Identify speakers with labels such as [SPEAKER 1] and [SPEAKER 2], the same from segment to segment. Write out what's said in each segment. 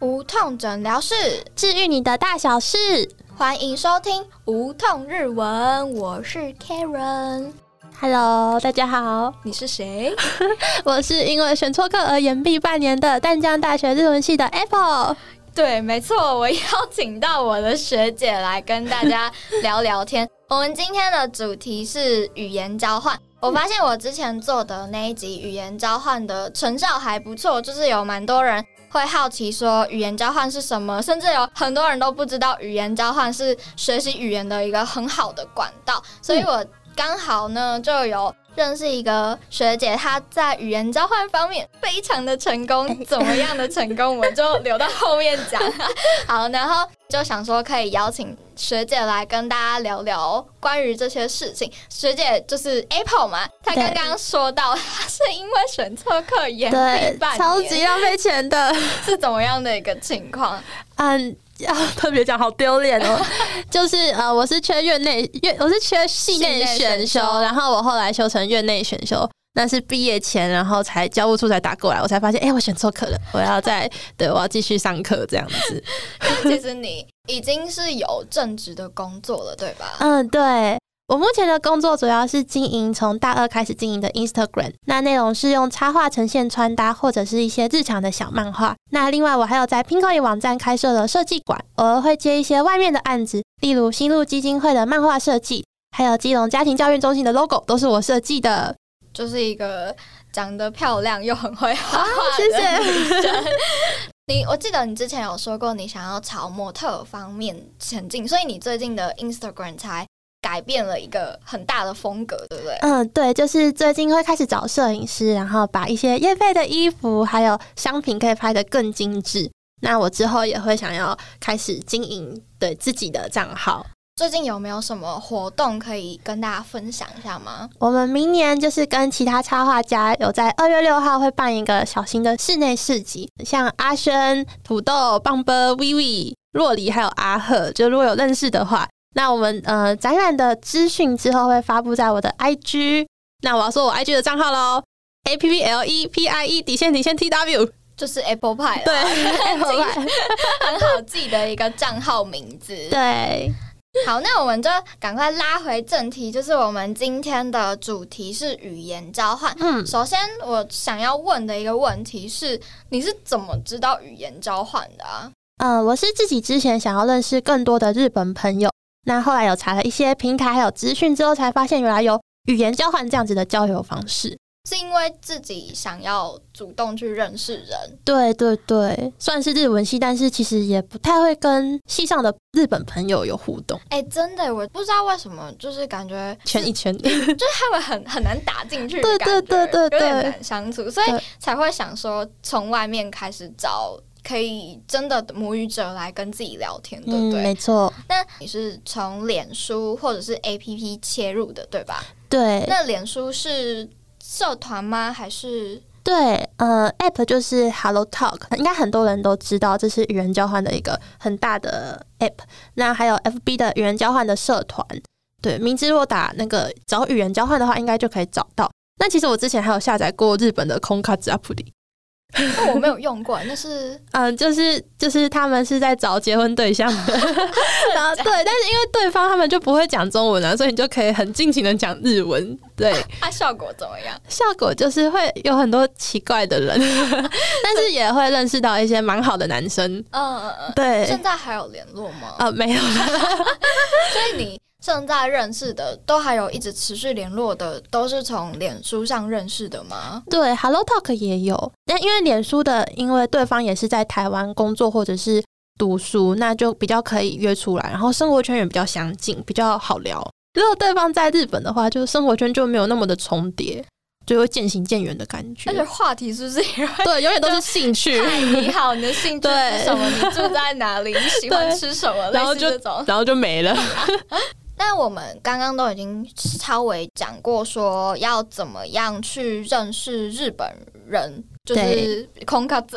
[SPEAKER 1] 无痛诊疗室，
[SPEAKER 2] 治愈你的大小事。
[SPEAKER 1] 欢迎收听无痛日文，我是 Karen，
[SPEAKER 2] Hello，大家好，
[SPEAKER 1] 你是谁？
[SPEAKER 2] 我是因为选错课而延毕半年的淡江大学日文系的 Apple。
[SPEAKER 1] 对，没错，我邀请到我的学姐来跟大家聊聊天。我们今天的主题是语言交换。我发现我之前做的那一集语言交换的成效还不错，就是有蛮多人会好奇说语言交换是什么，甚至有很多人都不知道语言交换是学习语言的一个很好的管道。所以我刚好呢就有。认识一个学姐，她在语言交换方面非常的成功，怎么样的成功，我就留到后面 讲。好，然后就想说可以邀请学姐来跟大家聊聊关于这些事情。学姐就是 Apple 嘛，她
[SPEAKER 2] 对
[SPEAKER 1] 刚刚说到她是因为选错课延
[SPEAKER 2] 对
[SPEAKER 1] 毕，半
[SPEAKER 2] 超
[SPEAKER 1] 年
[SPEAKER 2] 级浪费钱的。
[SPEAKER 1] 是怎么样的一个情况？
[SPEAKER 2] 嗯， 要特别讲好丢脸哦， 就是呃，我是缺院内院，我是缺系
[SPEAKER 1] 系
[SPEAKER 2] 内
[SPEAKER 1] 内选
[SPEAKER 2] 选修，
[SPEAKER 1] 修
[SPEAKER 2] 然后我后来修成院内选修。那是毕业前，然后才教务处才打过来，我才发现，哎、我选错课了，我要再对，我要继续上课这样子。
[SPEAKER 1] 但其实你已经是有正职的工作了，对吧？
[SPEAKER 2] 嗯，对。我目前的工作主要是经营从大二开始经营的 Instagram，那内容是用插画呈现穿搭或者是一些日常的小漫画。那另外我还有在 Pinkoi 网站开设了设计馆，偶尔会接一些外面的案子，例如新路基金会的漫画设计，还有基隆家庭教育中心的 logo 都是我设计的。
[SPEAKER 1] 就是一个长得漂亮又很会画画
[SPEAKER 2] 啊谢
[SPEAKER 1] 的
[SPEAKER 2] 谢
[SPEAKER 1] 女生。你我记得你之前有说过你想要朝模特方面前进，所以你最近的 Instagram 才改变了一个很大的风格，对不对？
[SPEAKER 2] 嗯，对，就是最近会开始找摄影师，然后把一些业费的衣服还有商品可以拍得更精致。那我之后也会想要开始经营对自己的账号。
[SPEAKER 1] 最近有没有什么活动可以跟大家分享一下吗？
[SPEAKER 2] 我们明年就是跟其他插画家有在二月六号会办一个小型的室内市集，像阿轩、土豆、棒波、v i v 洛里还有阿赫，就如果有认识的话，那我们呃展览的资讯之后会发布在我的 IG。那我要说我 IG 的账号喽，A P P L E P I E 底线底线 T W，
[SPEAKER 1] 就是 Apple Pie
[SPEAKER 2] 对
[SPEAKER 1] 啦
[SPEAKER 2] ，Apple Pie
[SPEAKER 1] 很好记的一个账号名字。
[SPEAKER 2] 对，
[SPEAKER 1] 好，那我们就赶快拉回正题，就是我们今天的主题是语言交换。
[SPEAKER 2] 嗯，
[SPEAKER 1] 首先，我想要问的一个问题是，你是怎么知道语言交换的啊？
[SPEAKER 2] 呃，我是自己之前想要认识更多的日本朋友，那后来有查了一些平台还有资讯之后，才发现原来有语言交换这样子的交友方式。
[SPEAKER 1] 是因为自己想要主动去认识人，
[SPEAKER 2] 对对对，算是日文系，但是其实也不太会跟系上的日本朋友有互动，
[SPEAKER 1] 哎、真的，我不知道为什么，就是感觉
[SPEAKER 2] 圈一圈。
[SPEAKER 1] 就是他们很很难打进去的
[SPEAKER 2] 对
[SPEAKER 1] 感觉，
[SPEAKER 2] 对对对
[SPEAKER 1] 有点
[SPEAKER 2] 对
[SPEAKER 1] 难相处，所以
[SPEAKER 2] 对
[SPEAKER 1] 才会想说从外面开始找可以真的母语者来跟自己聊天，对不
[SPEAKER 2] 嗯，
[SPEAKER 1] 对？
[SPEAKER 2] 没错，
[SPEAKER 1] 那你是从脸书或者是 APP 切入的，对吧？
[SPEAKER 2] 对
[SPEAKER 1] 那脸书是社团吗？还是
[SPEAKER 2] 对，呃，app 就是 Hello Talk，应该很多人都知道，这是语言交换的一个很大的 app。那还有 FB 的语言交换的社团，对，明知若打那个找语言交换的话，应该就可以找到。那其实我之前还有下载过日本的空卡子 app 里，
[SPEAKER 1] 那我没有用过，那 是
[SPEAKER 2] 嗯、就是就是他们是在找结婚对象的，然后对，但是因为对方他们就不会讲中文啊，所以你就可以很尽情的讲日文，对，
[SPEAKER 1] 它啊效果怎么样？
[SPEAKER 2] 效果就是会有很多奇怪的 人，但是也会认识到一些蛮好的男生。
[SPEAKER 1] 嗯嗯嗯。
[SPEAKER 2] 对，
[SPEAKER 1] 现在还有联络吗？
[SPEAKER 2] 呃，没有啦，
[SPEAKER 1] 所以你现在认识的，都还有一直持续联络的，都是从脸书上认识的吗？
[SPEAKER 2] 对，Hello Talk 也有，但因为脸书的，因为对方也是在台湾工作或者是读书，那就比较可以约出来，然后生活圈也比较相近，比较好聊。如果对方在日本的话，就生活圈就没有那么的重叠，就会渐行渐远的感觉
[SPEAKER 1] 而。且话题是不是也会？
[SPEAKER 2] 对，永远都是兴趣，
[SPEAKER 1] 嗨，你好，你的兴趣是
[SPEAKER 2] 对
[SPEAKER 1] 什么？你住在哪里？你喜欢
[SPEAKER 2] 对
[SPEAKER 1] 吃什么？
[SPEAKER 2] 然后
[SPEAKER 1] 类似
[SPEAKER 2] 就
[SPEAKER 1] 这种。
[SPEAKER 2] 然后就没了。
[SPEAKER 1] 那我们刚刚都已经稍微讲过，说要怎么样去认识日本人，啊就是空卡子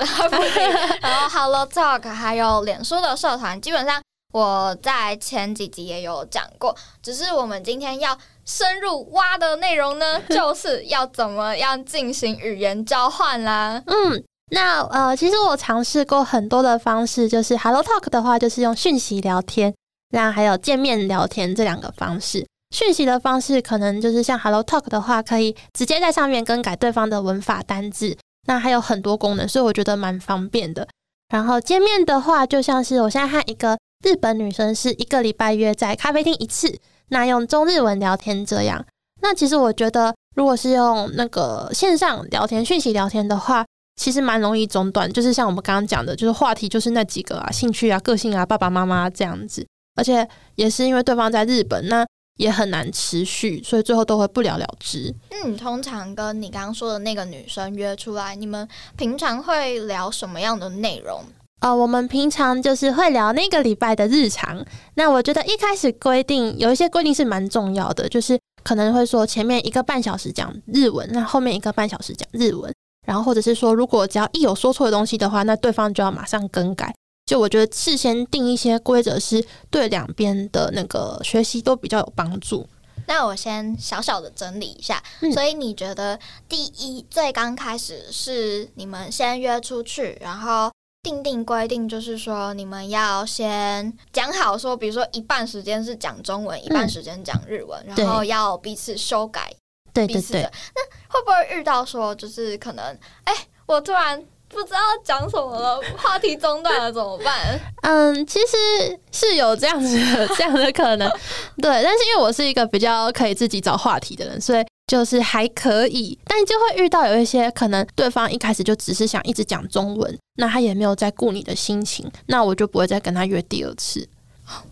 [SPEAKER 1] 然后 Hello Talk，还有脸书的社团，基本上我在前几集也有讲过，只是我们今天要深入挖的内容呢，就是要怎么样进行语言交换啦。
[SPEAKER 2] 嗯，那呃，其实我尝试过很多的方式，就是 Hello Talk 的话，就是用讯息聊天，那还有见面聊天这两个方式。讯息的方式可能就是像 Hello Talk 的话，可以直接在上面更改对方的文法单字，那还有很多功能，所以我觉得蛮方便的。然后见面的话，就像是我现在和一个日本女生是一个礼拜约在咖啡厅一次，那用中日文聊天这样。那其实我觉得，如果是用那个线上聊天、讯息聊天的话，其实蛮容易中断。就是像我们刚刚讲的，就是话题就是那几个啊，兴趣啊、个性啊、爸爸妈妈这样子。而且也是因为对方在日本，那也很难持续，所以最后都会不了了之。
[SPEAKER 1] 嗯，通常跟你刚刚说的那个女生约出来，你们平常会聊什么样的内容？
[SPEAKER 2] 呃，我们平常就是会聊那个礼拜的日常。那我觉得一开始规定有一些规定是蛮重要的，就是可能会说前面一个半小时讲日文，那后面一个半小时讲日文，然后或者是说如果只要一有说错的东西的话，那对方就要马上更改。就我觉得事先定一些规则，是对两边的那个学习都比较有帮助。
[SPEAKER 1] 那我先小小的整理一下。
[SPEAKER 2] 嗯
[SPEAKER 1] 所以你觉得第一最刚开始是你们先约出去，然后定定规定，就是说你们要先讲好说，比如说一半时间是讲中文，一半时间讲日文，
[SPEAKER 2] 嗯对
[SPEAKER 1] 然后要彼此修改
[SPEAKER 2] 对
[SPEAKER 1] 彼
[SPEAKER 2] 对
[SPEAKER 1] 此的。
[SPEAKER 2] 对，
[SPEAKER 1] 那会不会遇到说，就是可能哎、我突然不知道讲什么了，话题中断了怎么办？
[SPEAKER 2] 嗯，其实是有这样子的 这样的可能，对。但是因为我是一个比较可以自己找话题的人，所以就是还可以，但就会遇到有一些可能对方一开始就只是想一直讲中文，那他也没有在顾你的心情，那我就不会再跟他约第二次。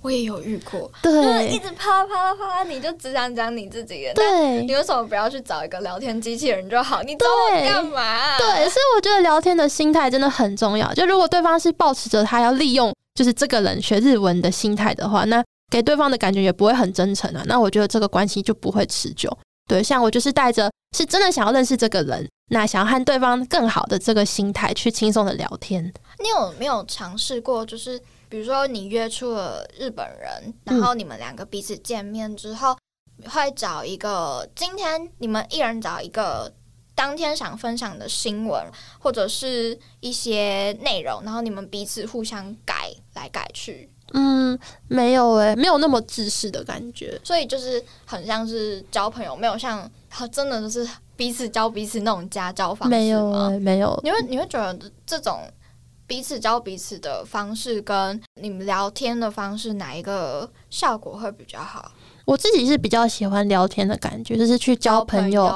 [SPEAKER 1] 我也有遇过，就是一
[SPEAKER 2] 对
[SPEAKER 1] 直啪啦啪啦啪啦，你就只想讲你自己的，但
[SPEAKER 2] 对
[SPEAKER 1] 你为什么不要去找一个聊天机器人就好？你找我
[SPEAKER 2] 对
[SPEAKER 1] 干嘛？
[SPEAKER 2] 对，所以我觉得聊天的心态真的很重要。就如果对方是保持着他要利用就是这个人学日文的心态的话，那给对方的感觉也不会很真诚啊。那我觉得这个关系就不会持久。对，像我就是带着是真的想要认识这个人，那想要和对方更好的这个心态去轻松的聊天。
[SPEAKER 1] 你有没有尝试过？就是比如说你约出了日本人，
[SPEAKER 2] 嗯
[SPEAKER 1] 然后你们两个彼此见面之后，会找一个今天你们一人找一个当天想分享的新闻或者是一些内容，然后你们彼此互相改来改去，
[SPEAKER 2] 嗯，没有诶、没有那么自私的感觉。
[SPEAKER 1] 所以就是很像是交朋友，没有像啊真的就是彼此教彼此那种家教方式
[SPEAKER 2] 没有啊
[SPEAKER 1] 吗
[SPEAKER 2] 诶、没有。
[SPEAKER 1] 你会你会觉得这种彼此教彼此的方式跟你们聊天的方式，哪一个效果会比较好？
[SPEAKER 2] 我自己是比较喜欢聊天的感觉，就是去交朋友。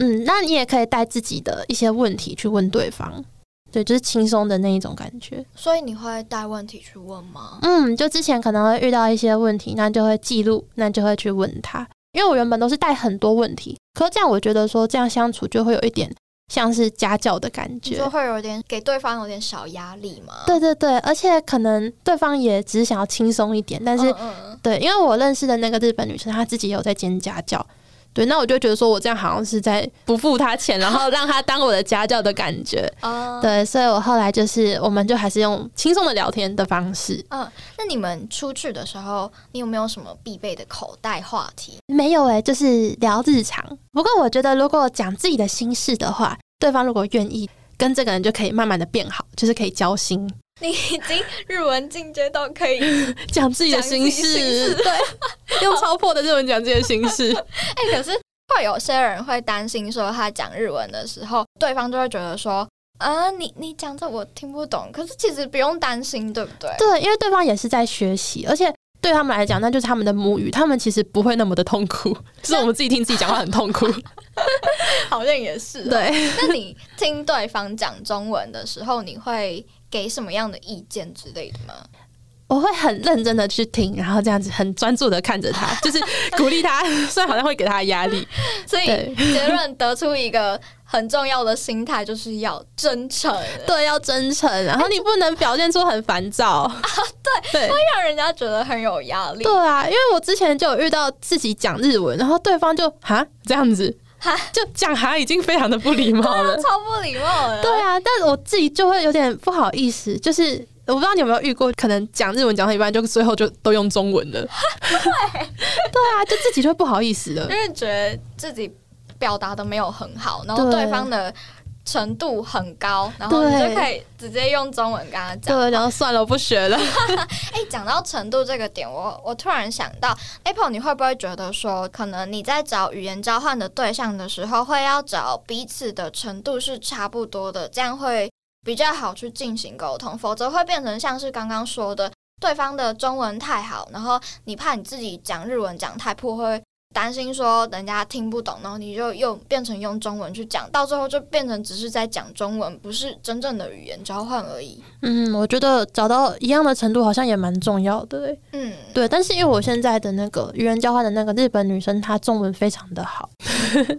[SPEAKER 2] 嗯，那你也可以带自己的一些问题去问对方，对，就是轻松的那一种感觉。
[SPEAKER 1] 所以你会带问题去问吗？
[SPEAKER 2] 嗯，就之前可能会遇到一些问题，那就会记录，那就会去问他。因为我原本都是带很多问题，可是这样我觉得说这样相处就会有一点像是家教的感
[SPEAKER 1] 你嗯
[SPEAKER 2] 觉
[SPEAKER 1] 就。会有点给对方有点小压力吗？
[SPEAKER 2] 对对对，而且可能对方也只是想要轻松一点，但
[SPEAKER 1] 嗯，
[SPEAKER 2] 是、
[SPEAKER 1] 嗯嗯
[SPEAKER 2] 对，因为我认识的那个日本女生，她自己也有在兼家教。对，那我就觉得说我这样好像是在不付她钱，然后让她当我的家教的感觉。
[SPEAKER 1] 哦
[SPEAKER 2] 对，所以我后来就是，我们就还是用轻松的聊天的方式。
[SPEAKER 1] 那你们出去的时候，你有没有什么必备的口袋话题？
[SPEAKER 2] 没有诶、欸就是聊日常。不过我觉得，如果讲自己的心事的话，对方如果愿意，跟这个人就可以慢慢的变好，就是可以交心，
[SPEAKER 1] 你已经日文进阶到可以，
[SPEAKER 2] 讲自己的心
[SPEAKER 1] 讲自己心
[SPEAKER 2] 事， 对，用超破的日文讲自己的心 事。
[SPEAKER 1] 哎、可是会有些人会担心说，他讲日文的时候，对方就会觉得说，啊，你你讲这我听不懂。可是其实不用担心，对不对？
[SPEAKER 2] 对，因为对方也是在学习，而且。对他们来讲，那就是他们的母语，他们其实不会那么的痛苦， 是我们自己听自己讲话很痛苦。
[SPEAKER 1] 好像也是啊对，
[SPEAKER 2] 对，
[SPEAKER 1] 那你听对方讲中文的时候，你会给什么样的意见之类的吗？
[SPEAKER 2] 我会很认真的去听，然后这样子很专注的看着 他，就是鼓励他， 虽然好像会给他压力，
[SPEAKER 1] 所以
[SPEAKER 2] 对
[SPEAKER 1] 结论得出一个很重要的心态，就是要真诚，
[SPEAKER 2] 对，要真诚，然后哎你不能表现出很烦 躁，对对
[SPEAKER 1] 让人家觉得很有压力
[SPEAKER 2] 对。啊，因为我之前就有遇到自己讲日文，然后对方就哈这样子
[SPEAKER 1] 哈，
[SPEAKER 2] 就讲哈已经非常 的不礼貌了，
[SPEAKER 1] 啊超不礼貌的，
[SPEAKER 2] 对啊，但我自己就会有点不好意思，就是我不知道你有没有遇过，可能讲日文讲到一半，就最后就都用中文 了。对，啊，就自己就会不好意思了
[SPEAKER 1] 因。为觉得自己表达的没有很好，然后
[SPEAKER 2] 对
[SPEAKER 1] 对方的程度很高，然后你
[SPEAKER 2] 对
[SPEAKER 1] 就可以直接用中文跟他讲。
[SPEAKER 2] 对，然后 算了，我不学了。
[SPEAKER 1] 哎，讲到程度这个点，我我突然想到，Apple，你会不会觉得说，可能你在找语言交换的对象的时候，会要找彼此的程度是差不多的，这样会比较好去进行沟通，否则会变成像是刚刚说的，对方的中文太好，然后你怕你自己讲日文讲太破会。担心说人家听不懂，然后你就用变成用中文去讲，到最后就变成只是在讲中文，不是真正的语言交换而已。
[SPEAKER 2] 嗯，我觉得找到一样的程度好像也蛮重要的、欸。
[SPEAKER 1] 嗯，
[SPEAKER 2] 对，但是因为我现在的那个语言交换的那个日本女生，她中文非常 的好，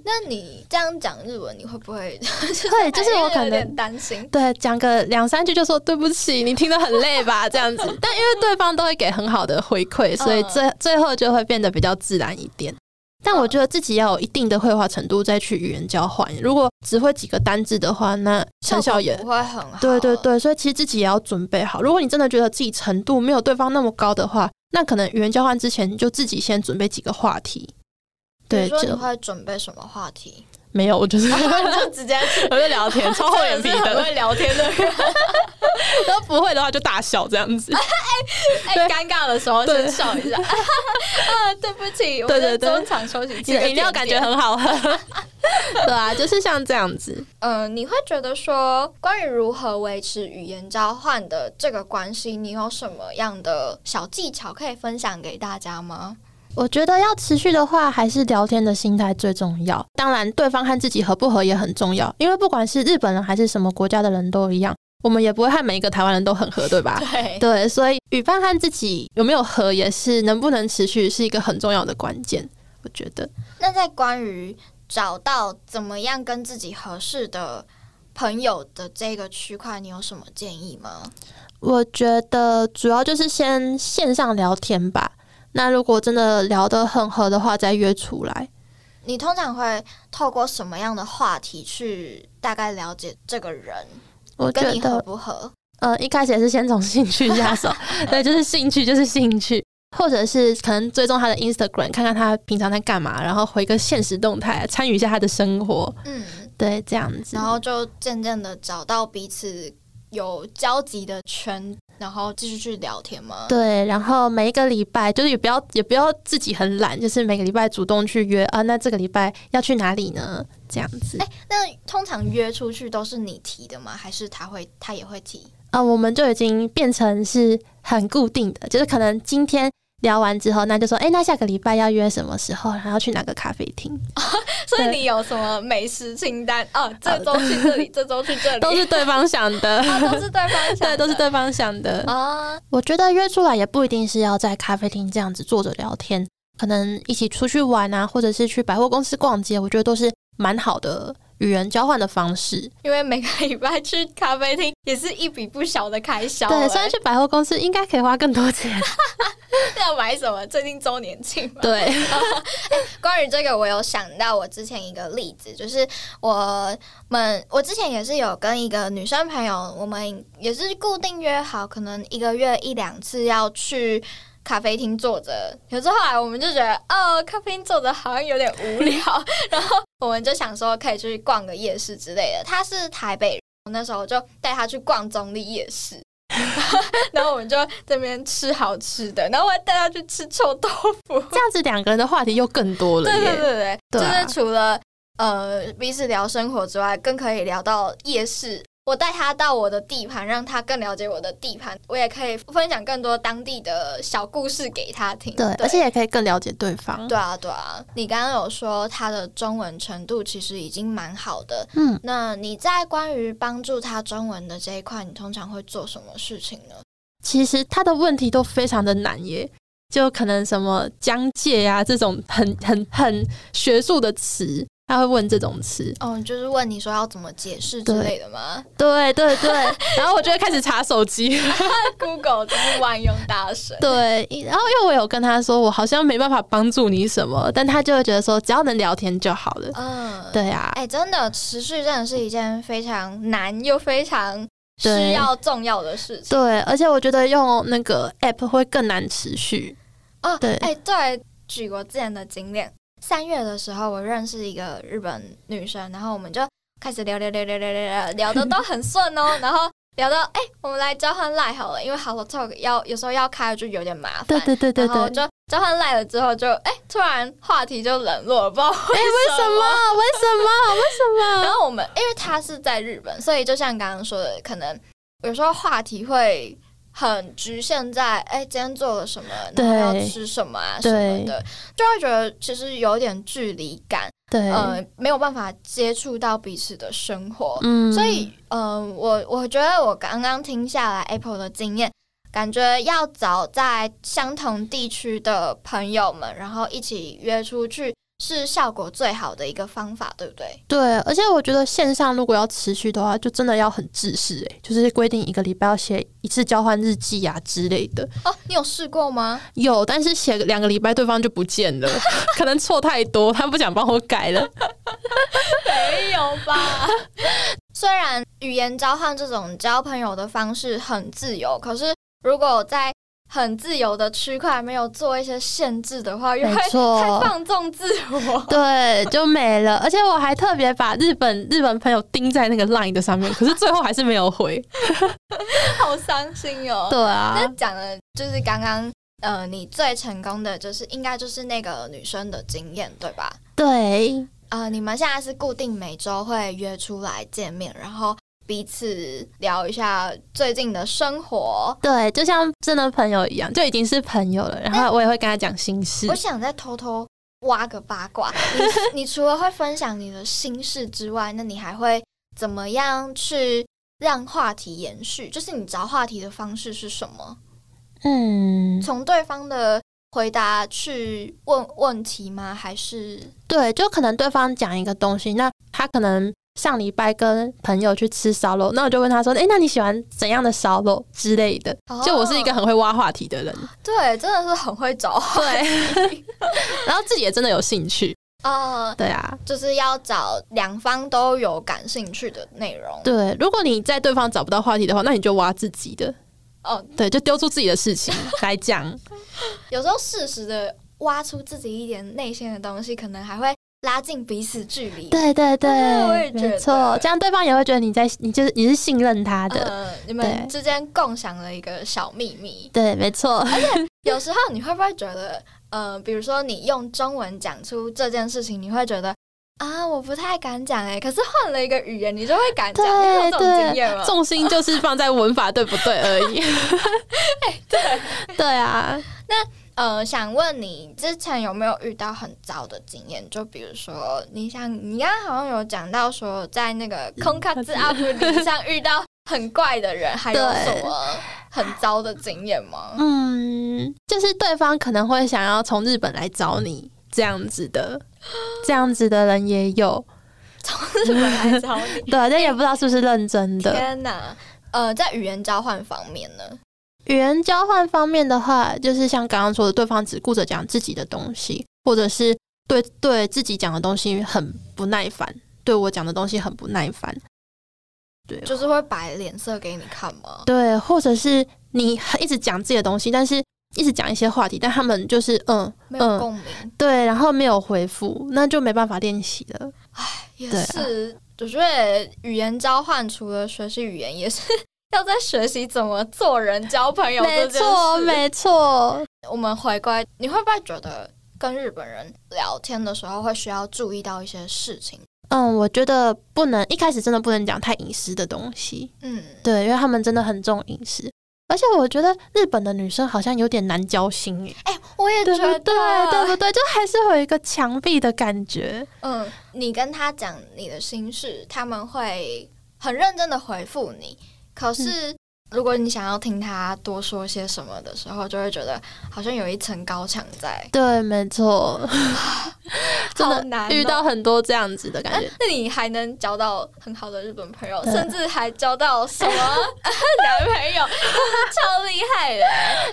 [SPEAKER 1] 那你这样讲日文，你会不 会？
[SPEAKER 2] 对，哎就是我可
[SPEAKER 1] 哎有
[SPEAKER 2] 能
[SPEAKER 1] 点担心。
[SPEAKER 2] 对讲个两三句就说对不起，你听得很累吧这样子，但因为对方都会给很好的回馈，所以
[SPEAKER 1] 嗯
[SPEAKER 2] 最最后就会变得比较自然一点。但我觉得自己要有一定的绘画程度再去语言交换，如果只会几个单字的话，那成效也
[SPEAKER 1] 不会很好。
[SPEAKER 2] 对对，对，所以其实自己也要准备好。如果你真的觉得自己程度没有对方那么高的话，那可能语言交换之前你就自己先准备几个话题。对，
[SPEAKER 1] 说你
[SPEAKER 2] 就
[SPEAKER 1] 会准备什么话 题？
[SPEAKER 2] 没有，我就是
[SPEAKER 1] 就直接
[SPEAKER 2] 我就聊天，超厚脸皮
[SPEAKER 1] 真是
[SPEAKER 2] 的
[SPEAKER 1] 很。会聊天的人。
[SPEAKER 2] 然后不会的话就大笑这样 子。
[SPEAKER 1] 哎，
[SPEAKER 2] 对
[SPEAKER 1] 尴尬的时候
[SPEAKER 2] 对
[SPEAKER 1] 先笑 一下。啊，对不起，我
[SPEAKER 2] 对对
[SPEAKER 1] 在
[SPEAKER 2] 对
[SPEAKER 1] 中场休息。
[SPEAKER 2] 你的饮料感觉……很好喝。 对啊，就是像这样子。
[SPEAKER 1] 嗯，你会觉得说，关于如何维持语言交换的这个关系，你有什么样的小技巧可以分享给大家吗？
[SPEAKER 2] 我觉得要持续的话，还是聊天的心态最重要。当然，对方和自己合不合也很重要，因为不管是日本人还是什么国家的人都一样，我们也不会和每一个台湾人都很合，对吧？
[SPEAKER 1] 对，
[SPEAKER 2] 对，所以与伴和自己有没有合，也是能不能持续，是一个很重要的关键。我觉得，
[SPEAKER 1] 那在关于找到怎么样跟自己合适的朋友的这个区块，你有什么建议吗？
[SPEAKER 2] 我觉得主要就是先线上聊天吧。那如果真的聊得很合的话，再约出来。
[SPEAKER 1] 你通常会透过什么样的话题去大概了解这个人
[SPEAKER 2] 我觉
[SPEAKER 1] 跟你合
[SPEAKER 2] 得，
[SPEAKER 1] 不合？
[SPEAKER 2] 呃，一开始也是先从兴趣下 手，对，就是兴趣就是兴趣，或者是可能追踪他的 Instagram，看看他平常在干嘛，然后回个现实动态，参与一下他的生活，
[SPEAKER 1] 嗯，
[SPEAKER 2] 对，这样子。
[SPEAKER 1] 然后就渐渐的找到彼此有交集的圈，然后继续去聊天吗？
[SPEAKER 2] 对，然后每一个礼拜就是也不要也不要自己很懒，就是每个礼拜主动去约啊，那这个礼拜要去哪里呢？这样子
[SPEAKER 1] 哎、那通常约出去都是你提的吗？还是他会他也会提？
[SPEAKER 2] 啊，我们就已经变成是很固定的，就是可能今天聊完之后，那就说，哎、那下个礼拜要约什么时候，然后去哪个咖啡厅，
[SPEAKER 1] 所以
[SPEAKER 2] 对
[SPEAKER 1] 你有什么美食清单？哦，这周去这里，这周去这里，
[SPEAKER 2] 都是对方想的，哦
[SPEAKER 1] 啊，都是对方想的，
[SPEAKER 2] 对，都是对方想 的。
[SPEAKER 1] 啊，
[SPEAKER 2] 我觉得约出来也不一定是要在咖啡厅这样子坐着聊天，可能一起出去玩啊，或者是去百货公司逛街，我觉得都是蛮好的语言交换的方式。
[SPEAKER 1] 因为每个礼拜去咖啡厅也是一笔不小的开销、
[SPEAKER 2] 对，
[SPEAKER 1] 哎
[SPEAKER 2] 虽然去百货公司应该可以花更多 钱。
[SPEAKER 1] 要买什么？最近周年庆嘛。
[SPEAKER 2] 对，
[SPEAKER 1] 关于这个，我有想到我之前一个例子，就是我们我之前也是有跟一个女生朋友，我们也是固定约好，可能一个月一两次要去。咖啡厅坐着，可是后来我们就觉得，哦，咖啡厅坐着好像有点无聊，然后我们就想说可以去逛个夜市之类的。她是台北人，我那时候就带她去逛中立夜市，然后我们就这边吃好吃 的，然后我还带她去吃臭豆腐，
[SPEAKER 2] 这样子两个人的话题又更多了
[SPEAKER 1] 对对
[SPEAKER 2] 耶。
[SPEAKER 1] 对对，
[SPEAKER 2] 对啊
[SPEAKER 1] 就是除了呃彼此聊生活之外，更可以聊到夜市。我带他到我的地盘，让他更了解我的地盘，我也可以分享更多当地的小故事给他听。
[SPEAKER 2] 对，而且也可以更了解对方。
[SPEAKER 1] 对啊对啊，你刚刚有说他的中文程度其实已经蛮好的，
[SPEAKER 2] 嗯，
[SPEAKER 1] 那你在关于帮助他中文的这一块，你通常会做什么事情呢？
[SPEAKER 2] 其实他的问题都非常的难耶，就可能什么疆界呀、这种很很很学术的词，他会问这种词。
[SPEAKER 1] 哦，就是问你说要怎么解释之
[SPEAKER 2] 对
[SPEAKER 1] 类的吗
[SPEAKER 2] 对对对， 然后我就会开始查手机。
[SPEAKER 1] ？Google 真是万用大神。
[SPEAKER 2] 对，然后因为我有跟他说，我好像没办法帮助你什么，但他就会觉得说，只要能聊天就好了。
[SPEAKER 1] 嗯，
[SPEAKER 2] 对啊，
[SPEAKER 1] 哎、真的，持续真的是一件非常难又非常
[SPEAKER 2] 对
[SPEAKER 1] 需要重要的事情。
[SPEAKER 2] 对，而且我觉得用那个 app 会更难持续。
[SPEAKER 1] 哦，
[SPEAKER 2] 对
[SPEAKER 1] 哎、对，举我之前的经验，三月的时候我认识一个日本女生，然后我们就开始聊聊聊聊聊聊聊，聊的都很顺哦， 然后聊到哎、我们来交换赖好了，因为 Hello Talk 要有时候要开就有点麻烦，
[SPEAKER 2] 对对对对
[SPEAKER 1] 然
[SPEAKER 2] 对，
[SPEAKER 1] 后就交换赖了之后就，哎，突然话题就冷落了，不知道为
[SPEAKER 2] 哎、为什么？为什么？为什
[SPEAKER 1] 然
[SPEAKER 2] 么？
[SPEAKER 1] 后我们因为他是在日本，所以就像刚刚说的，可能有时候话题会很局限在哎、今天做了什么，然后
[SPEAKER 2] 对
[SPEAKER 1] 要吃什么啊什
[SPEAKER 2] 对
[SPEAKER 1] 么的，就会觉得其实有点距离感，
[SPEAKER 2] 对，
[SPEAKER 1] 呃，没有办法接触到彼此的生活。
[SPEAKER 2] 嗯
[SPEAKER 1] 所以，呃，我我觉得我刚刚听下来 Apple 的经验，感觉要找在相同地区的朋友们，然后一起约出去，是效果最好的一个方法，对不对？
[SPEAKER 2] 对，而且我觉得线上如果要持续的话，就真的要很制式、哎，就是规定一个礼拜要写一次交换日记啊之类的。
[SPEAKER 1] 哦，你有试过吗？
[SPEAKER 2] 有，但是写两个礼拜对方就不见了， 可能错太多，他不想帮我改了。
[SPEAKER 1] 没有吧。 虽然语言交换这种交朋友的方式很自由，可是如果在很自由的区块没有做一些限制的话，又会
[SPEAKER 2] 没错
[SPEAKER 1] 太放纵自我。
[SPEAKER 2] 对，就没了。而且我还特别把日本日本朋友钉在那个 Line 的上面，可是最后还是没有回。
[SPEAKER 1] 好伤心哦。
[SPEAKER 2] 对
[SPEAKER 1] 那
[SPEAKER 2] 啊，
[SPEAKER 1] 讲的就是刚刚。呃，你最成功的就是应该就是那个女生的经验，对吧？
[SPEAKER 2] 对，
[SPEAKER 1] 呃，你们现在是固定每周会约出来见面，然后彼此聊一下最近的生活。
[SPEAKER 2] 对，就像真的朋友一样，就已经是朋友了。然后我也会跟他讲心事
[SPEAKER 1] 我。想再偷偷挖个八卦， 你你除了会分享你的心事之外，那你还会怎么样去让话题延续？就是你找话题的方式是什么？
[SPEAKER 2] 嗯，
[SPEAKER 1] 从对方的回答去问问题吗？还是
[SPEAKER 2] 对，就可能对方讲一个东西，那他可能上礼拜跟朋友去吃烧肉，那我就问他说：“哎、那你喜欢怎样的烧肉之类的？”就我是一个
[SPEAKER 1] 哦
[SPEAKER 2] 很会挖话 题的人，
[SPEAKER 1] 对，真的是很会找话题
[SPEAKER 2] 然后自己也真的有兴趣。
[SPEAKER 1] 呃，
[SPEAKER 2] 对啊，
[SPEAKER 1] 就是要找两方都有感兴趣的内容。
[SPEAKER 2] 对，啊如果你在对方找不到话题的话，那你就挖自己的，
[SPEAKER 1] 哦，
[SPEAKER 2] 对，就丢出自己的 事情来讲。
[SPEAKER 1] 有时候适时的挖出自己一点内心的东西，可能还会拉近彼此距离。
[SPEAKER 2] 对对对，
[SPEAKER 1] 嗯我也觉得
[SPEAKER 2] 没错，这样对方也会觉得你在，你就是你是信任他的。
[SPEAKER 1] 呃，你
[SPEAKER 2] 对
[SPEAKER 1] 们之间共享了一个小秘密。
[SPEAKER 2] 对，没错，
[SPEAKER 1] 有时候你会不会觉得，呃，比如说你用中文讲出这件事情，你会觉得啊，我不太敢讲哎、可是换了一个语言，你就会敢讲。你有
[SPEAKER 2] 对
[SPEAKER 1] 这种经验
[SPEAKER 2] 对，
[SPEAKER 1] 吗？
[SPEAKER 2] 重心就是放在文法对不对而已。 对对啊，
[SPEAKER 1] 呃，想问你之前有没有遇到很糟的经验？就比如说，你想你刚刚好像有讲到说，在那个
[SPEAKER 2] 嗯
[SPEAKER 1] 空卡字 app 里上遇到很怪的人，还有
[SPEAKER 2] 对
[SPEAKER 1] 什么很糟的经验 吗？
[SPEAKER 2] 嗯，就是对方可能会想要从日本来找你这样子的，这样子的人也有。
[SPEAKER 1] 从日本来找你，
[SPEAKER 2] 对，啊但也不知道是不是认真的。
[SPEAKER 1] 天哪！呃，在语言交换方面呢，
[SPEAKER 2] 语言交换方面的话，就是像刚刚说的，对方只顾着讲自己的东西，或者是对对自己讲的东西很不耐烦，对我讲的东西很不耐烦，对
[SPEAKER 1] 就是会摆脸色给你看吗？
[SPEAKER 2] 对，或者是你一直讲自己的东西，但是一直讲一些话题，但他们就是嗯
[SPEAKER 1] 没有共鸣，
[SPEAKER 2] 对，然后没有回复，那就没办法练习了。
[SPEAKER 1] 也
[SPEAKER 2] 对啊
[SPEAKER 1] 是。我觉得语言交换除了学习语言，也是 要在学习怎么做人、交朋友这件事。
[SPEAKER 2] 错，
[SPEAKER 1] 我们回归，你会不会觉得跟日本人聊天的时候会需要注意到一些事情？
[SPEAKER 2] 嗯，我觉得不能一开始真的不能讲太隐私的东西，
[SPEAKER 1] 嗯，
[SPEAKER 2] 对，因为他们真的很重饮食，而且我觉得日本的女生好像有点难交心耶，
[SPEAKER 1] 哎、我也
[SPEAKER 2] 对
[SPEAKER 1] 觉
[SPEAKER 2] 不
[SPEAKER 1] 得，
[SPEAKER 2] 对？对不对？就还是会有一个墙壁的感觉。
[SPEAKER 1] 嗯，你跟他讲你的心事，他们会很认真的回复你。可
[SPEAKER 2] 嗯
[SPEAKER 1] 是，如果你想要听他多说些什么的时候，就会觉得好像有一层高墙在，
[SPEAKER 2] 对，没错，真
[SPEAKER 1] 好
[SPEAKER 2] 的
[SPEAKER 1] 难哦
[SPEAKER 2] 遇到很多这样子的感觉。
[SPEAKER 1] 那你还能交到很好的日本朋友，
[SPEAKER 2] 对啊
[SPEAKER 1] 甚至还交到什么 男朋友， 超厉害的。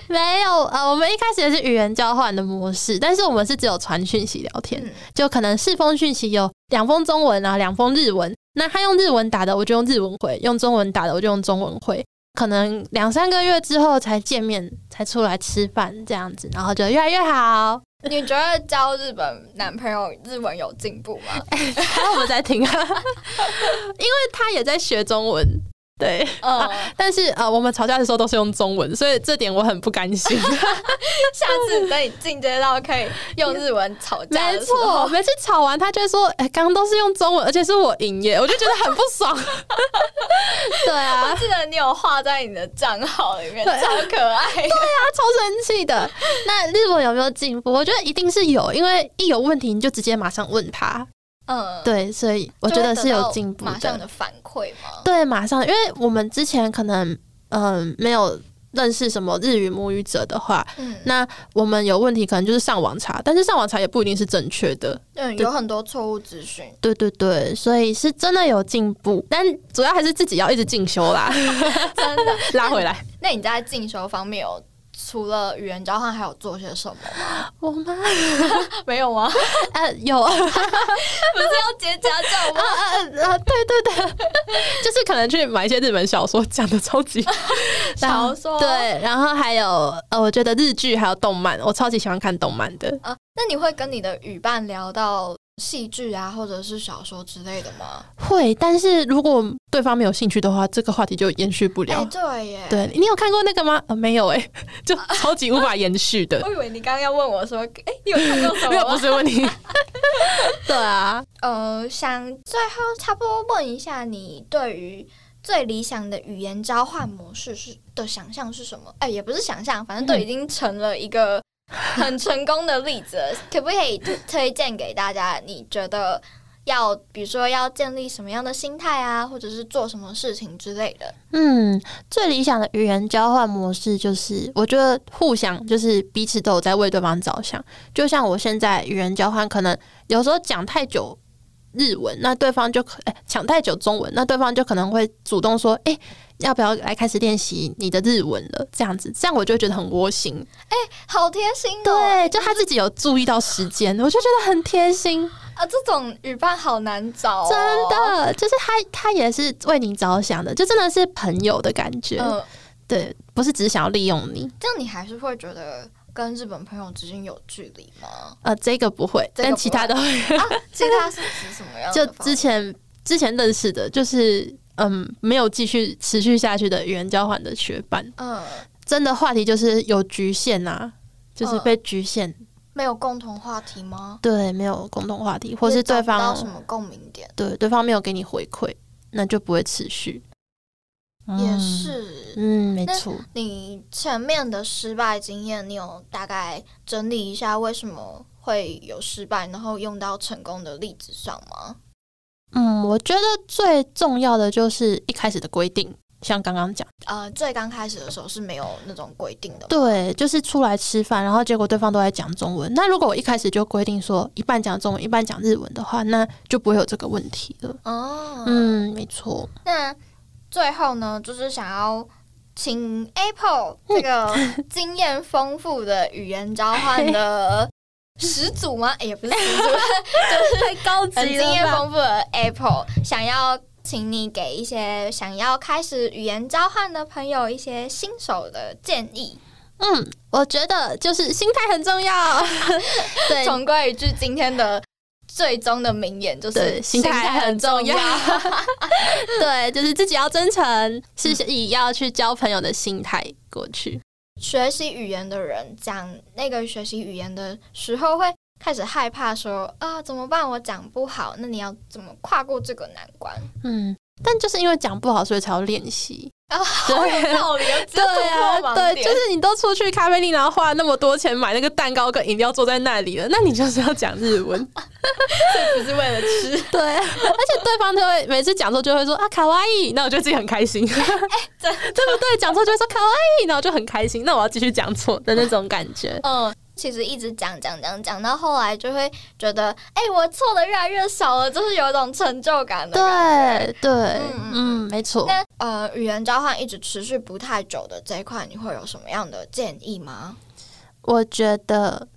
[SPEAKER 2] 没有，呃，我们一开始也是语言交换的模式，但是我们是只有传讯息聊天，
[SPEAKER 1] 嗯
[SPEAKER 2] 就可能四封讯息有两封中文啊，两封日文，那他用日文打的，我就用日文回；用中文打的，我就用中文回。可能两三个月之后才见面，才出来吃饭这样子，然后就越来越好。
[SPEAKER 1] 你觉得交日本男朋友日文有进步 吗？
[SPEAKER 2] 还有我们在听 啊，因为他也在学中文，对。
[SPEAKER 1] 嗯，
[SPEAKER 2] 但是呃，我们吵架的时候都是用中文，所以这点我很不甘心。
[SPEAKER 1] 下次等你进阶到可以用日文吵架
[SPEAKER 2] 没
[SPEAKER 1] 的时候
[SPEAKER 2] 错，，每次吵完他就会说：“哎、刚刚都是用中文，而且是我赢耶！”我就觉得很不爽。 对啊，
[SPEAKER 1] 我记得你有画在你的账号里面，
[SPEAKER 2] 对
[SPEAKER 1] 超可 爱。
[SPEAKER 2] 他超生气的。那日文有没有进步？我觉得一定是有，因为一有问题你就直接马上问他。
[SPEAKER 1] 嗯，
[SPEAKER 2] 对，所以我觉得是有进步
[SPEAKER 1] 就会得到马上
[SPEAKER 2] 的。
[SPEAKER 1] 的反馈吗？
[SPEAKER 2] 对，马上，因为我们之前可能嗯、没有认识什么日语母语者的话，
[SPEAKER 1] 嗯，
[SPEAKER 2] 那我们有问题可能就是上网查，但是上网查也不一定是正确的。
[SPEAKER 1] 嗯，有很多错误资讯。
[SPEAKER 2] 对对对，所以是真的有进步，但主要还是自己要一直进修 啦，
[SPEAKER 1] 真的？
[SPEAKER 2] 拉回来。
[SPEAKER 1] 那你在进修方面有除了语言交换，还有做些什么吗？
[SPEAKER 2] 我妈
[SPEAKER 1] 没有 吗？
[SPEAKER 2] 呃有啊
[SPEAKER 1] 不是要结家教吗？
[SPEAKER 2] 呃呃对对对，就是可能去买一些日本小说，讲的超 级
[SPEAKER 1] 小说
[SPEAKER 2] 对，然后还有呃，我觉得日剧还有动漫，我超级喜欢看动漫的。
[SPEAKER 1] 啊， 那你会跟你的语伴聊到戏剧啊，或者是小说之类的吗？
[SPEAKER 2] 会，但是如果对方没有兴趣的话，这个话题就延续不
[SPEAKER 1] 哎、
[SPEAKER 2] 了。
[SPEAKER 1] 对耶。
[SPEAKER 2] 对你有看过那个吗？呃，没有哎、 就超级无法延续的。
[SPEAKER 1] 我以为你刚刚要问我说，哎、你有看过什 么
[SPEAKER 2] 没有，不
[SPEAKER 1] 吗？
[SPEAKER 2] 是问题。 对啊，
[SPEAKER 1] 呃，想最后差不多问一下，你对于最理想的语言交换模式是的想象是什么？哎、也不是想象，反正都已经成了一 个很成功的例子了，可不可以推推荐给大家？你觉得要，比如说要建立什么样的心态啊，或者是做什么事情之类的？
[SPEAKER 2] 嗯，最理想的语言交换模式就是，我觉得互相就是彼此都有在为对方着想。就像我现在语言交换，可能有时候讲太久日文，那对方就可哎讲、太久中文，那对方就可能会主动说，哎、要不要来开始练习你的日文了？这样子，这样我就会觉得很窝心。
[SPEAKER 1] 好贴心哦的、
[SPEAKER 2] 对，就他自己有注意到时间，我就觉得很贴心。
[SPEAKER 1] 啊，这种语伴好难找、哦，
[SPEAKER 2] 真。的，就是他，他也是为你着想的，就真的是朋友的感觉。
[SPEAKER 1] 嗯，
[SPEAKER 2] 对，不是只想要利用你。
[SPEAKER 1] 这样你还是会觉得跟日本朋友之间有距离吗？
[SPEAKER 2] 呃，这个不会，
[SPEAKER 1] 这个
[SPEAKER 2] 但
[SPEAKER 1] 不
[SPEAKER 2] 其他的会。
[SPEAKER 1] 啊，其他是指什么样
[SPEAKER 2] 就
[SPEAKER 1] 的方
[SPEAKER 2] 之前之前认识的，就是嗯，没有继续持续下去的语言交换的学伴，
[SPEAKER 1] 嗯，
[SPEAKER 2] 真的话题就是有局限啊，就是
[SPEAKER 1] 嗯
[SPEAKER 2] 被局限，
[SPEAKER 1] 没有共同话题吗？
[SPEAKER 2] 对，没有共同话题，或是
[SPEAKER 1] 也找
[SPEAKER 2] 对
[SPEAKER 1] 不到什
[SPEAKER 2] 方
[SPEAKER 1] 么共鸣点？
[SPEAKER 2] 对对方没有给你回馈，那就不会持续。
[SPEAKER 1] 也
[SPEAKER 2] 嗯，
[SPEAKER 1] 是。
[SPEAKER 2] 嗯，没
[SPEAKER 1] 那
[SPEAKER 2] 错。
[SPEAKER 1] 你前面的失败经验，你有大概整理一下为什么会有失败，然后用到成功的例子上吗？
[SPEAKER 2] 嗯，我觉得最重要的就是一开始的规定，像刚刚讲。
[SPEAKER 1] 呃，最刚开始的时候是没有那种规定的吗，
[SPEAKER 2] 对，就是出来吃饭，然后结果对方都在讲中文。那如果我一开始就规定说一半讲中文，一半讲日文的话，那就不会有这个问题了。
[SPEAKER 1] 哦，
[SPEAKER 2] 嗯，没错。
[SPEAKER 1] 那最后呢，就是想要请 Apple
[SPEAKER 2] 嗯
[SPEAKER 1] 这个经验丰富的语言交换 的始祖吗？哎也不是始祖，
[SPEAKER 2] 太高
[SPEAKER 1] 很经验？丰富的 Apple，想要请你给一些想要开始语言交换的朋友一些新手的建议。
[SPEAKER 2] 嗯，我觉得就是心态很重要。 对，
[SPEAKER 1] 总归一句，今天的最终的名言就是
[SPEAKER 2] 对心态很重要 对，就是自己要真诚，是以要去交朋友的心态过去。
[SPEAKER 1] 学习语言的人讲那个学习语言的时候，会开始害怕说啊怎么办？我讲不好，那你要怎么跨过这个难关？
[SPEAKER 2] 嗯，但就是因为讲不好，所以才要练习。
[SPEAKER 1] 啊，好
[SPEAKER 2] 对
[SPEAKER 1] 有道理哦，直接突破盲
[SPEAKER 2] 对，
[SPEAKER 1] 点
[SPEAKER 2] 就是你都出去咖啡厅，然后花那么多钱买那个蛋糕跟饮料，坐在那里了，那你就是要讲日文。
[SPEAKER 1] 不是为了吃，
[SPEAKER 2] 对，而且对方就会每次讲错就会说啊卡哇伊，那我就自己很开 心，对
[SPEAKER 1] 真
[SPEAKER 2] 不哎对？讲错就会说卡哇伊，那我就很开心，那我要继续讲错的那种感觉。
[SPEAKER 1] 嗯。其实一直讲讲讲讲到后来，就会觉得，哎、我错的越来越少了，就是有一种成就感的感觉。
[SPEAKER 2] 对对，
[SPEAKER 1] 嗯
[SPEAKER 2] 嗯，没错。
[SPEAKER 1] 那呃，语言交换一直持续不太久的这一块，你会有什么样的建议吗？
[SPEAKER 2] 我觉得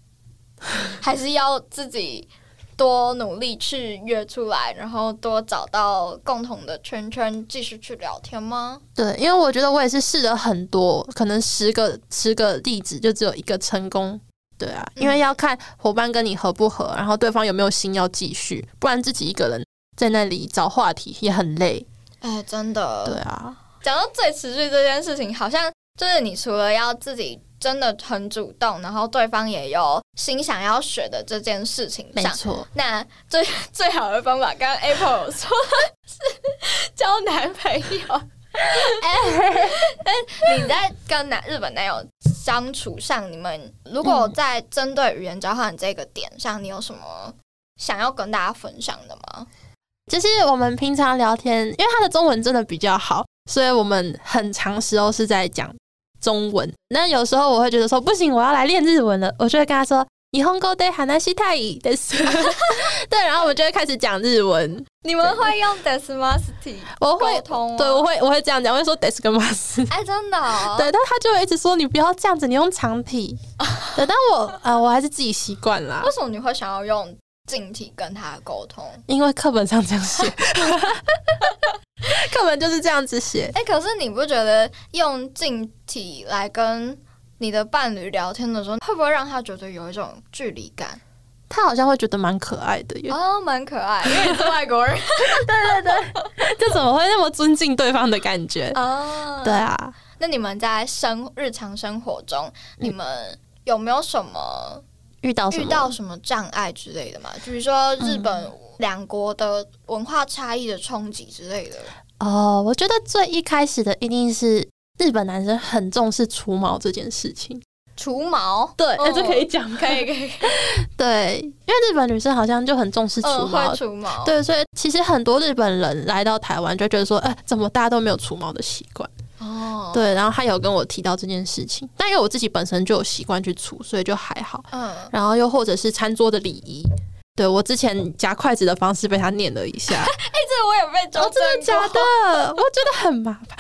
[SPEAKER 1] 还是要自己多努力去约出来，然后多找到共同的圈圈，继续去聊天吗？
[SPEAKER 2] 对，因为我觉得我也是试了很多，可能十个十个例子就只有一个成功。对啊，因为要看伙伴跟你合不合，然后对方有没有心要继续，不然自己一个人在那里找话题也很累。
[SPEAKER 1] 哎，真的，
[SPEAKER 2] 对啊，
[SPEAKER 1] 讲到最持续这件事情，好像就是你除了要自己真的很主动，然后对方也有心想要学的这件事情
[SPEAKER 2] 没
[SPEAKER 1] 上，
[SPEAKER 2] 错，
[SPEAKER 1] 那最最好的方法，刚刚 Apple 有说的是交男朋友。哎，你在跟男日本男友相处上，你们如果
[SPEAKER 2] 嗯
[SPEAKER 1] 在针对语言交换这个点上，你有什么想要跟大家分享的吗？
[SPEAKER 2] 就是我们平常聊天，因为他的中文真的比较好，所以我们很长时候是在讲中文。那有时候我会觉得说不行，我要来练日文了，我就会跟他说“你 h o n g o d 太乙的 对，然后我们就会开始讲日文。
[SPEAKER 1] 你们会用 desmasty
[SPEAKER 2] 我
[SPEAKER 1] 沟
[SPEAKER 2] 会
[SPEAKER 1] 通、哦
[SPEAKER 2] 对，我。会我会这样讲，我会说 “des 跟 mas”。
[SPEAKER 1] 哎，真的、哦，
[SPEAKER 2] 对，但他就会一直说你不要这样子，你用长 体。对，但我呃我还是自己习惯 啦
[SPEAKER 1] 为，什么你会想要用近体跟他沟通？
[SPEAKER 2] 因为课本上这样写， 课本就是这样子写。
[SPEAKER 1] 哎、可是你不觉得用近体来跟你的伴侣聊天的时候，会不会让他觉得有一种距离感？
[SPEAKER 2] 他好像会觉得蛮可爱的 耶，
[SPEAKER 1] 哦，蛮可爱，因为你是外国人
[SPEAKER 2] 就怎么会那么尊敬对方的感觉？
[SPEAKER 1] 哦。
[SPEAKER 2] 对，啊，
[SPEAKER 1] 那你们在生日常生活中，你们有没有什么
[SPEAKER 2] 遇嗯哦到什么嗯
[SPEAKER 1] 遇到什么障碍之类的吗？比如说日本两国的文化差异的冲击之类的。
[SPEAKER 2] 哦，我觉得最一开始的一定是日本男生很重视除毛这件事情。
[SPEAKER 1] 除毛，
[SPEAKER 2] 对，哎、
[SPEAKER 1] 嗯
[SPEAKER 2] 这可以讲吗
[SPEAKER 1] 可以可以，
[SPEAKER 2] 对，因为日本女生好像就很重 视除
[SPEAKER 1] 嗯，
[SPEAKER 2] 毛
[SPEAKER 1] 会，除毛，
[SPEAKER 2] 对，所以其实很多日本人来到台湾就觉得说，哎、怎么大家都没有除毛的习惯？
[SPEAKER 1] 哦，
[SPEAKER 2] 对，然后他有跟我提到这件事情，但因为我自己本身就有习惯去除，所以就还好。
[SPEAKER 1] 嗯，
[SPEAKER 2] 然后又或者是餐桌的礼仪，对我之前夹筷子的方式被他念了一 下，
[SPEAKER 1] 这我也被纠
[SPEAKER 2] 哦，真的
[SPEAKER 1] 正过
[SPEAKER 2] 假的？我觉得很麻烦。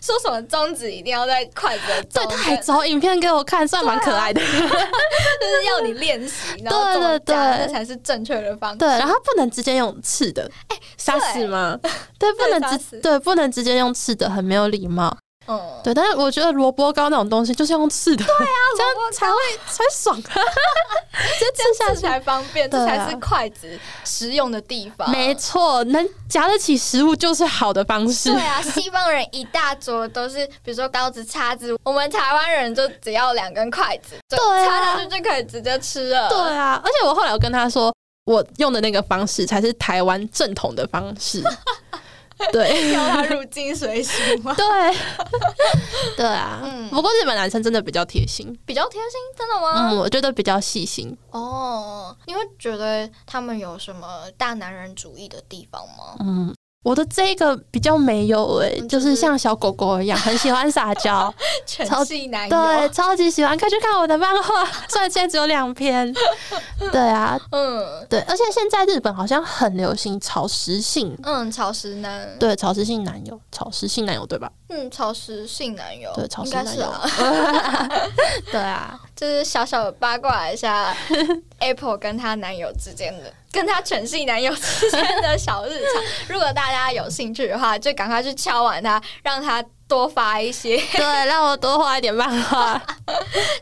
[SPEAKER 1] 说什么宗旨一定要在筷子的
[SPEAKER 2] 哦对，啊
[SPEAKER 1] 中
[SPEAKER 2] 他还
[SPEAKER 1] 间，
[SPEAKER 2] 找影片给我看，算蛮可爱的。
[SPEAKER 1] 就是要你练习，然后
[SPEAKER 2] 对
[SPEAKER 1] 怎么
[SPEAKER 2] 对
[SPEAKER 1] 夹
[SPEAKER 2] 对
[SPEAKER 1] 那才是正确的方式。
[SPEAKER 2] 对，然后不能直接用刺的，哎、杀死 吗？对，不
[SPEAKER 1] 对
[SPEAKER 2] 能
[SPEAKER 1] 杀
[SPEAKER 2] 直
[SPEAKER 1] 死
[SPEAKER 2] 对，不能直接用刺的，很没有礼貌。
[SPEAKER 1] 嗯，
[SPEAKER 2] 对，但是我觉得萝卜糕那种东西就是要用刺的，对啊，这样
[SPEAKER 1] 萝卜糕
[SPEAKER 2] 才会才 爽，直接吃下
[SPEAKER 1] 这
[SPEAKER 2] 去。
[SPEAKER 1] 才方便，
[SPEAKER 2] 对
[SPEAKER 1] 这
[SPEAKER 2] 啊
[SPEAKER 1] 才是筷子实用的地方。
[SPEAKER 2] 没错，能夹得起食物就是好的方式
[SPEAKER 1] 对。啊，西方人一大桌都是，比如说刀子、叉子，我们台湾人就只要两根筷子，就
[SPEAKER 2] 对啊
[SPEAKER 1] 插下去就可以直接吃了。
[SPEAKER 2] 对啊，而且我后来有跟他说，我用的那个方式才是台湾正统的方 式。对
[SPEAKER 1] 要它入境随俗 吗？
[SPEAKER 2] 对对啊，
[SPEAKER 1] 嗯
[SPEAKER 2] 不过日本男生真的比较贴心，
[SPEAKER 1] 比较贴心，真的吗？
[SPEAKER 2] 嗯，我觉得比较细心。
[SPEAKER 1] 哦，你会觉得他们有什么大男人主义的地方吗？
[SPEAKER 2] 嗯，我的这个比较没有诶、
[SPEAKER 1] 嗯就
[SPEAKER 2] 就是是像小狗狗一样，很喜欢撒 娇，
[SPEAKER 1] 全
[SPEAKER 2] 超
[SPEAKER 1] 系男
[SPEAKER 2] 对，
[SPEAKER 1] 友，
[SPEAKER 2] 超级喜欢，快去看我的漫画， 虽然现在只有两篇。对啊，
[SPEAKER 1] 嗯
[SPEAKER 2] 对，而且现在日本好像很流行草食性，
[SPEAKER 1] 嗯，草食男，
[SPEAKER 2] 对，草食性男友，草食性男友对吧？
[SPEAKER 1] 嗯，草食性男友，
[SPEAKER 2] 对，草
[SPEAKER 1] 应
[SPEAKER 2] 食
[SPEAKER 1] 该
[SPEAKER 2] 男
[SPEAKER 1] 是
[SPEAKER 2] 友
[SPEAKER 1] 啊，，
[SPEAKER 2] 对啊，
[SPEAKER 1] 就是小小的八卦一 下 Apple 跟她男友之间的，跟她全系男友之间的小日常。如果大家有兴趣的话，就赶快去敲完他，让他多发一些
[SPEAKER 2] 对，让我多画一点漫画。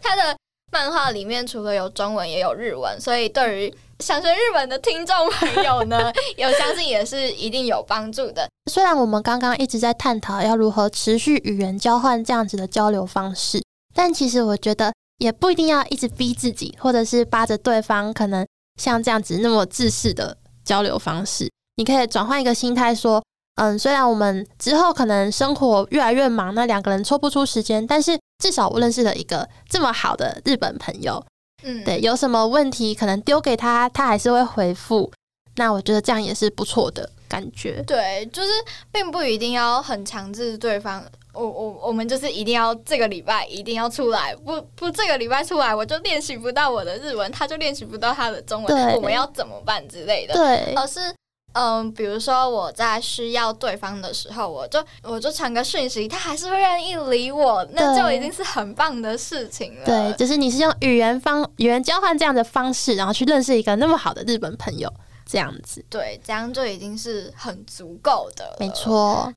[SPEAKER 1] 他的漫画里面除了有中文，也有日文，所以对于想学日文的听众朋友 呢，有相信也是一定有帮助的。
[SPEAKER 2] 虽然我们刚刚一直在探讨要如何持续语言交换这样子的交流方式，但其实我觉得也不一定要一直逼自己，或者是扒着对方，可能像这样子那么自私的交流方式，你可以转换一个心态说。嗯，虽然我们之后可能生活越来越忙，那两个人抽不出时间，但是至少我认识了一个这么好的日本朋友，
[SPEAKER 1] 嗯，
[SPEAKER 2] 对，有什么问题可能丢给他，他还是会回复。那我觉得这样也是不错的感觉。
[SPEAKER 1] 对，就是并不一定要很强制对方。我我我们就是一定要这个礼拜一定要出来，不不这个礼拜出来我就练习不到我的日文，他就练习不到他的中文，
[SPEAKER 2] 对
[SPEAKER 1] 我们要怎么办之类的。
[SPEAKER 2] 对，
[SPEAKER 1] 而是嗯，比如说我在需要对方的时候，我就我就传个讯息，他还是会愿意理我，那
[SPEAKER 2] 对
[SPEAKER 1] 就已经是很棒的事情了。
[SPEAKER 2] 对，只是你是用语言方语言交换这样的方式，然后去认识一个那么好的日本朋友，这样子，
[SPEAKER 1] 对，这样就已经是很足够的，
[SPEAKER 2] 没。错。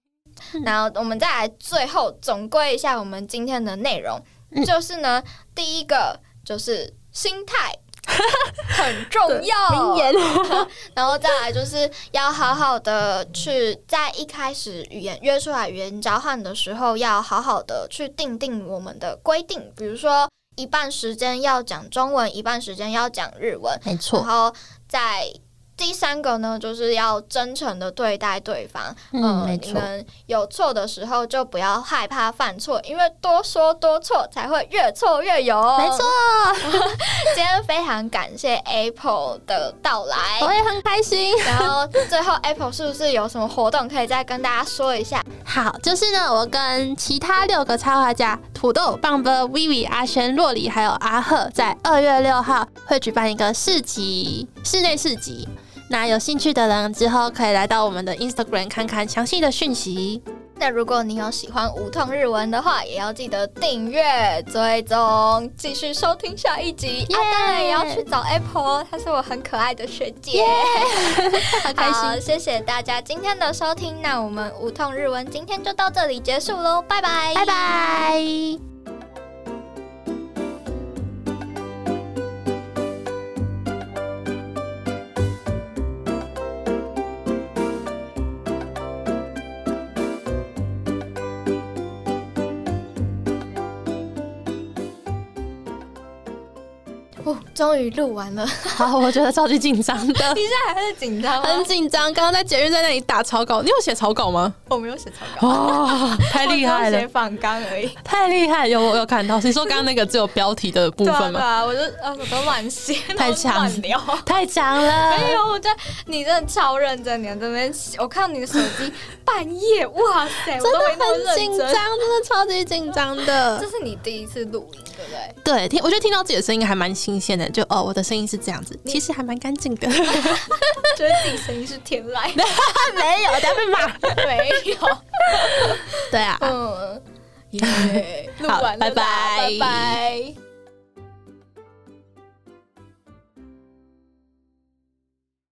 [SPEAKER 1] 然后我们再来最后总归一下我们今天的内容，
[SPEAKER 2] 嗯
[SPEAKER 1] 就是呢，第一个就是心 态很重要，
[SPEAKER 2] 名言，
[SPEAKER 1] 然后再来就是要好好的去在一开始语言约出来语言交换的时候，要好好的去定定我们的规定，比如说一半时间要讲中文，一半时间要讲日文，
[SPEAKER 2] 没
[SPEAKER 1] 然
[SPEAKER 2] 错。
[SPEAKER 1] 后在第三个呢，就是要真诚的对待对方。
[SPEAKER 2] 嗯，
[SPEAKER 1] 呃
[SPEAKER 2] 没
[SPEAKER 1] 你
[SPEAKER 2] 错。
[SPEAKER 1] 们有错的时候就不要害怕犯错，因为多说多错才会越错越有。
[SPEAKER 2] 没错，
[SPEAKER 1] 今天非常感谢 Apple 的到来。
[SPEAKER 2] 我也很开心。
[SPEAKER 1] 然后最后 Apple 是不是有什么活动可以再跟大家说一下？
[SPEAKER 2] 好，就是呢，我跟其他六个插画家土豆、棒哥、Vivi、阿轩、洛里还有阿赫，在二月六号会举办一个市集，室内市集。那有兴趣的人之后可以来到我们的 Instagram 看看详细的讯息。
[SPEAKER 1] 那如果你有喜欢无痛日文的话，也要记得订阅、追踪，继续收听下一集。啊，
[SPEAKER 2] 耶
[SPEAKER 1] 当然也要去找 Apple，哦她是我很可爱的学姐。
[SPEAKER 2] 好开心
[SPEAKER 1] 好，，谢谢大家今天的收听，那我们无痛日文今天就到这里结束喽，拜拜，
[SPEAKER 2] 拜。拜。
[SPEAKER 1] 哦，终于录完了，
[SPEAKER 2] 好，我觉得超级紧张 的，
[SPEAKER 1] 你现在还是紧张
[SPEAKER 2] 很
[SPEAKER 1] 吗？
[SPEAKER 2] 紧张。刚刚在捷运在那里打草稿，你有写草稿吗？
[SPEAKER 1] 我没有写草稿，
[SPEAKER 2] 哇，哦太厉害
[SPEAKER 1] 我只有
[SPEAKER 2] 了
[SPEAKER 1] 写，仿纲而已。
[SPEAKER 2] 太厉害！有我有看到，你说刚刚那个只有标题的部
[SPEAKER 1] 对啊
[SPEAKER 2] 分
[SPEAKER 1] 对
[SPEAKER 2] 吗？
[SPEAKER 1] 啊，我就呃我都乱写，然
[SPEAKER 2] 太
[SPEAKER 1] 后
[SPEAKER 2] 强
[SPEAKER 1] 乱聊。
[SPEAKER 2] 太强了，
[SPEAKER 1] 没哎有，我在你真的超认真，你在那边写，我看到你的手机半夜，哇塞，我
[SPEAKER 2] 真
[SPEAKER 1] 都没
[SPEAKER 2] 的
[SPEAKER 1] 那么
[SPEAKER 2] 很
[SPEAKER 1] 认
[SPEAKER 2] 紧
[SPEAKER 1] 真
[SPEAKER 2] 张，。真的超级紧张的
[SPEAKER 1] 这。是你第一次录音，对不对？
[SPEAKER 2] 对，听我觉得听到自己的声音还蛮新鲜的，就哦，我的声音是这样子，其实还蛮干 净的。
[SPEAKER 1] 觉得自己声音是天籁，
[SPEAKER 2] 没有，等下被骂。
[SPEAKER 1] 没有。
[SPEAKER 2] 对啊。
[SPEAKER 1] 嗯，耶，录
[SPEAKER 2] 好
[SPEAKER 1] 完了啦，
[SPEAKER 2] 拜拜
[SPEAKER 1] 拜拜。